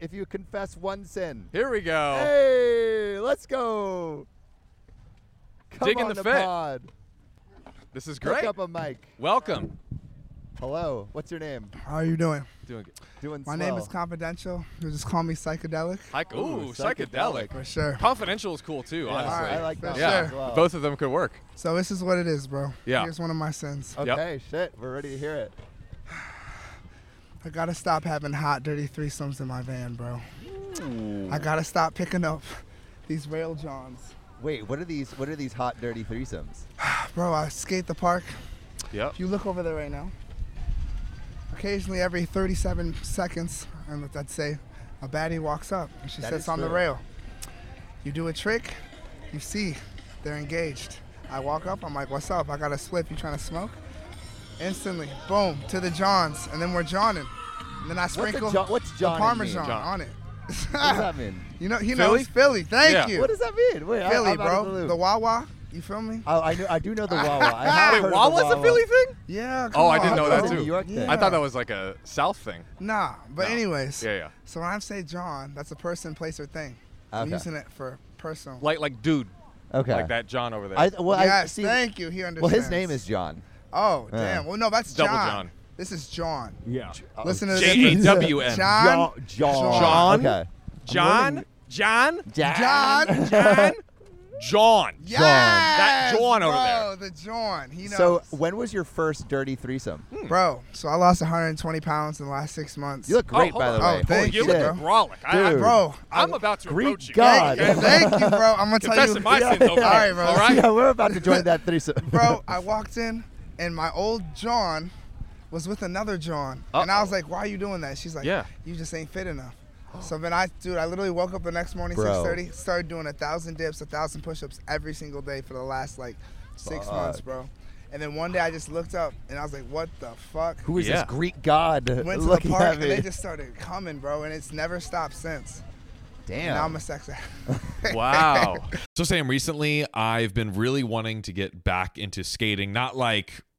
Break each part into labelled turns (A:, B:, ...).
A: if you confess one sin.
B: Here we go.
A: Hey, let's go. Come
B: Digging
A: on
B: the
A: the
B: fit.
A: pod.
B: This is
A: Pick
B: great.
A: up a mic.
B: Welcome.
A: Hello. What's your name?
C: How are you doing?
B: Doing good.
A: Doing
C: My name
A: swell.
C: is Confidential. You just call me psychedelic
B: Psych- ooh,
A: Ooh,
B: psychedelic.
C: for sure.
B: Confidential is cool too,
A: Yeah,
B: honestly.
A: I like that
C: For
B: yeah,
A: one as well.
B: both of them could work.
C: So this is what it is, bro.
B: Yeah.
C: Here's one of my sins.
B: Yep.
A: Okay, shit. We're ready to hear it.
C: I gotta stop having hot, dirty threesomes in my van, bro. I gotta stop picking up these rail johns,
A: Wait, what are these? What are these hot, dirty threesomes?
C: bro. I skate the park.
B: Yep.
C: If you look over there right now, occasionally every 37 seconds, and what I'd say, a baddie walks up and she
A: That is
C: sits on the
A: true.
C: rail. You do a trick, you see, they're engaged. I walk up, I'm like, what's up? I got a slip, you trying to smoke? Instantly, boom, to the Johns, and then we're Johning. And then I
A: a
C: sprinkle
A: Jo- what's
C: the
A: Johning mean?
C: Parmesan
B: John.
C: on it.
A: What does that
C: Ah,
A: mean?
C: you know, he
B: Philly?
C: knows Philly. Thank
B: Yeah.
C: you.
A: What does that mean? Wait, I-
C: Philly,
A: I'm out of
C: bro.
A: the
C: The,
A: loop.
C: Wawa, you feel me?
A: Oh, I, knew, I do know the Wawa. I have
B: Wait,
A: heard of
B: Wawa's
A: the
B: a Philly thing?
C: Yeah.
B: Oh,
C: come
B: I
C: on,
B: didn't know
C: bro.
B: that
A: It's a
B: too.
A: New York thing.
B: I thought that was like a South thing.
C: Nah, but
B: No.
C: anyways.
B: Yeah, yeah.
C: So when I say John, that's a person, place, or thing. I'm
A: Okay.
C: using it for personal.
B: Like like dude,
A: Okay.
B: like that John over there.
A: I, well, I,
C: yes,
A: see,
C: thank you. He
A: well,
C: understands.
A: his name is John. Uh.
C: Oh,
A: Yeah.
C: damn. Well, no, that's
B: Double
C: John.
B: John.
C: This is John.
B: yeah.
C: Listen to
A: oh,
C: the
B: J A
C: difference.
B: W N.
C: John.
A: Jo- John.
B: John.
A: Okay.
B: John. John.
A: John.
C: John.
B: John. John.
C: Yes,
B: That John over
C: bro, The John. He knows.
A: So when was your first dirty threesome?
B: Hmm.
C: bro, so I lost 120 pounds in the last six months.
A: You look great,
B: hold
A: by
B: on.
A: the
C: Oh,
A: way.
B: Oh,
C: thank
B: you
C: you,
A: shit.
B: look brolic. I,
A: Dude.
B: I,
C: bro.
B: I'm about to
A: Great
B: approach you.
A: God.
C: Thank, thank you, bro. I'm gonna tell you.
B: Confessing my sins over
C: All right,
B: here.
C: bro.
B: All right.
A: Yeah, we're about to join that threesome.
C: bro, I walked in and my old John was with another John. And I was
B: Uh-oh.
C: like, why are you doing that? She's like,
B: Yeah.
C: you just ain't fit enough. So then I, dude, I literally woke up the next morning,
A: Bro.
C: 6.30, started doing a thousand dips, a thousand push-ups every single day for the last like six
A: Fuck.
C: months, bro. And then one day I just looked up and I was like, what the fuck?
A: Who is
B: Yeah.
A: this Greek god
C: Went to the
A: looking
C: park
A: at
C: and
A: me?
C: they just started coming, bro, and it's never stopped since. And now I'm
A: Damn.
C: a sex addict.
B: Wow. so Sam, recently I've been really wanting to get back into skating, not like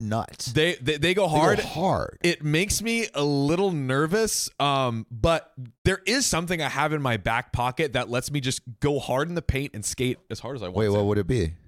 D: nuts.
B: they, they they go
D: They go
B: hard.
D: hard.
B: It makes me a little nervous, um, but there is something I have in my back pocket that lets me just go hard in the paint and skate as hard as I want.
D: Wait,
B: to.
D: what would it be?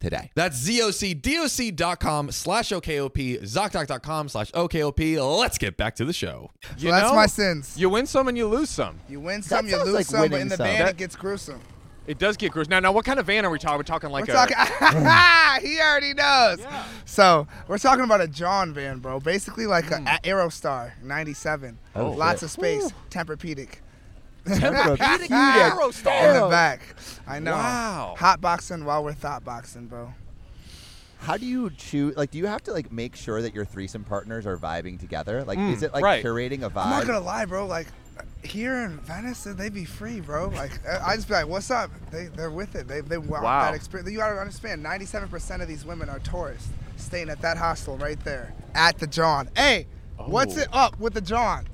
D: today.
B: That's zocdoc.com slash OKOP, ZocDoc.com slash OKOP. Let's get back to the show.
C: so that's my sins.
E: You win some and you lose some.
C: You win some, you
A: sounds
C: lose
A: like
C: some, but
A: winning
C: in the
A: some.
C: van
A: That-
C: it gets gruesome.
E: It does get gruesome. Now, now, what kind of van are we talking? We're talking like
C: We're
E: a.
C: talking. he already knows. So we're talking about a John van, bro. Basically like an Aerostar '97.
A: Oh,
C: Lots
A: shit.
C: of space. Tempur-Pedic.
A: Tempur-Pedic
C: In the
A: Aerostar.
C: back. I know.
B: Wow.
C: Hot boxing while we're thought boxing, bro.
A: How do you choose? Like, do you have to like make sure that your threesome partners are vibing together? Like, is it like
E: right.
A: curating a vibe?
C: I'm not gonna lie, bro. Like here in Venice, they be free, bro. Like I I just be like, what's up? They they're with it. They they want
E: Wow.
C: that experience. You gotta understand, 97% of these women are tourists staying at that hostel right there at the John. Hey, what's it up with the John?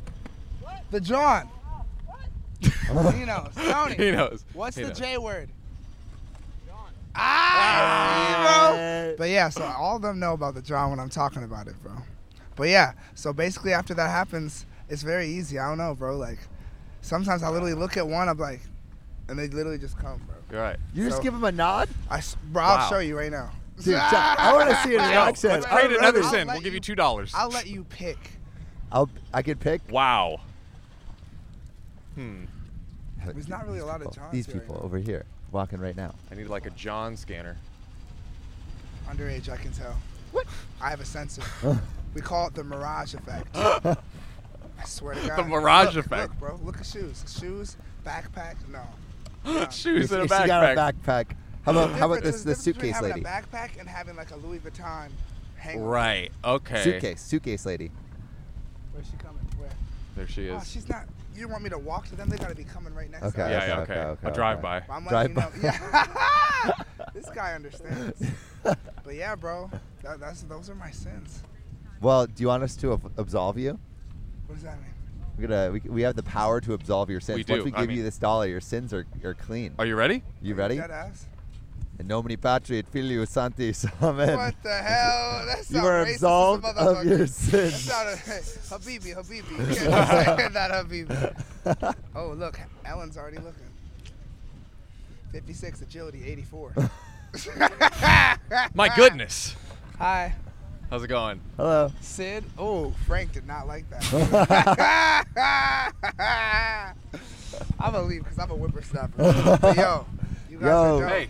C: The John. he knows. Tony.
E: He knows.
C: What's
E: He
C: the
E: knows.
C: J word? Ah, see, bro. But yeah, so all of them know about the John when I'm talking about it, bro. But yeah, so basically after that happens, it's very easy. I don't know, bro. Like sometimes I literally look at one, I'm like, and they literally just come, bro.
E: You're right.
A: You just
C: So-
A: give him a nod,
C: I, s- bro, I'll
E: Wow.
C: show you right now.
A: dude. John, I want to see
E: Yo,
A: his accent.
E: let's
A: I
E: create
A: don't
E: another
A: know.
E: sim.
C: let
E: We'll give
C: you-
E: you two dollars.
C: I'll let you pick.
A: I'll I could pick.
E: Wow. Hmm.
C: There's not really a lot of Johns
A: These
C: here right
A: people
C: now.
A: over here walking right now.
E: I need like a John scanner.
C: Underage, I can tell.
A: What?
C: I have a sensor. we call it the mirage effect. I swear to God.
E: mirage
C: Look,
E: effect.
C: Look, bro, look at shoes. Shoes, backpack, no.
E: Shoes in a
A: If she got a
E: backpack.
A: backpack. How about how about this the
C: Difference- there's a difference between
A: suitcase lady?
C: Having a backpack and having like a Louis Vuitton hanger.
E: Right. Okay.
A: Suitcase, suitcase lady.
C: Where's she coming? Where?
E: There she
C: Oh,
E: is.
C: she's not. You want me to walk to them? They gotta be coming right next.
A: Okay.
C: To us.
E: yeah. Yeah.
A: okay,
E: Okay.
A: okay,
E: a drive by.
C: But I'm
A: Drive
C: letting you know. Yeah. this guy understands. but yeah, bro, that, that's those are my sins.
A: Well, do you want us to ab- absolve you?
C: What does that mean?
A: We're gonna we, we have the power to absolve your sins.
E: We
A: Once
E: do,
A: we give
E: I
A: you
E: mean-
A: this dollar, your sins are, are clean.
E: Are you ready?
A: you ready?
C: Dead ass.
A: In nomine patri et filii sanctis. Amen.
C: What the hell? That's
A: You are absolved of your sins.
C: That's not a, Habibi, Habibi. You can't just say that Habibi. Oh look, Ellen's already looking. 56 agility, 84.
E: My goodness.
C: Hi,
E: How's it going?
A: Hello.
C: Sid. Oh, Frank did not like that. I'm gonna leave because I'm a whippersnapper. But yo, you guys
A: Yo.
C: are dope.
E: Hey,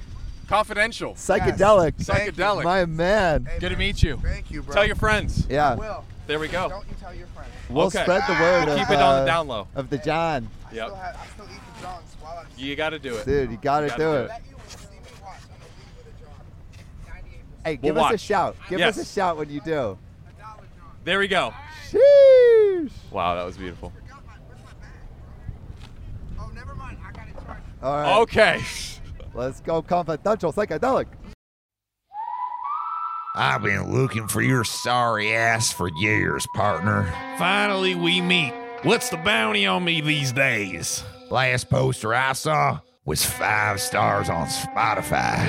E: confidential.
A: Psychedelic.
C: Thank you.
E: Psychedelic.
A: My man.
C: Hey,
E: Good to
C: man.
E: meet you.
C: Thank you, bro.
E: Tell your friends.
A: Yeah.
C: Will.
E: There we go.
C: Don't you tell your friends.
A: We'll
E: Okay.
A: spread the word
E: We'll
A: of,
E: keep it on the
A: uh,
E: down low.
A: of the John.
C: I
E: Yep.
C: still have, I still eat the Johns while I'm
E: You got to do it.
A: Dude, you
E: Gotta
A: gotta do
E: do
A: it.
E: it.
C: Bet you when you see me watch, I'm gonna leave with a John. 98%.
A: Hey, give
E: We'll
A: us a
E: watch.
A: shout. Give us a
E: Yes.
A: shout when you do.
C: A dollar John.
E: There we go.
A: Sheesh.
E: Wow, that was beautiful.
C: Forgot my, where's my bag? Oh, never mind. I got it charged.
A: All right.
E: Okay.
A: Let's go confidential psychedelic.
F: I've been looking for your sorry ass for years, partner.
G: Finally, we meet. What's the bounty on me these days?
F: Last poster I saw was five stars on Spotify.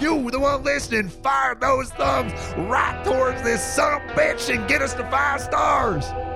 F: You, the one listening, fire those thumbs right towards this son of a bitch and get us to five stars.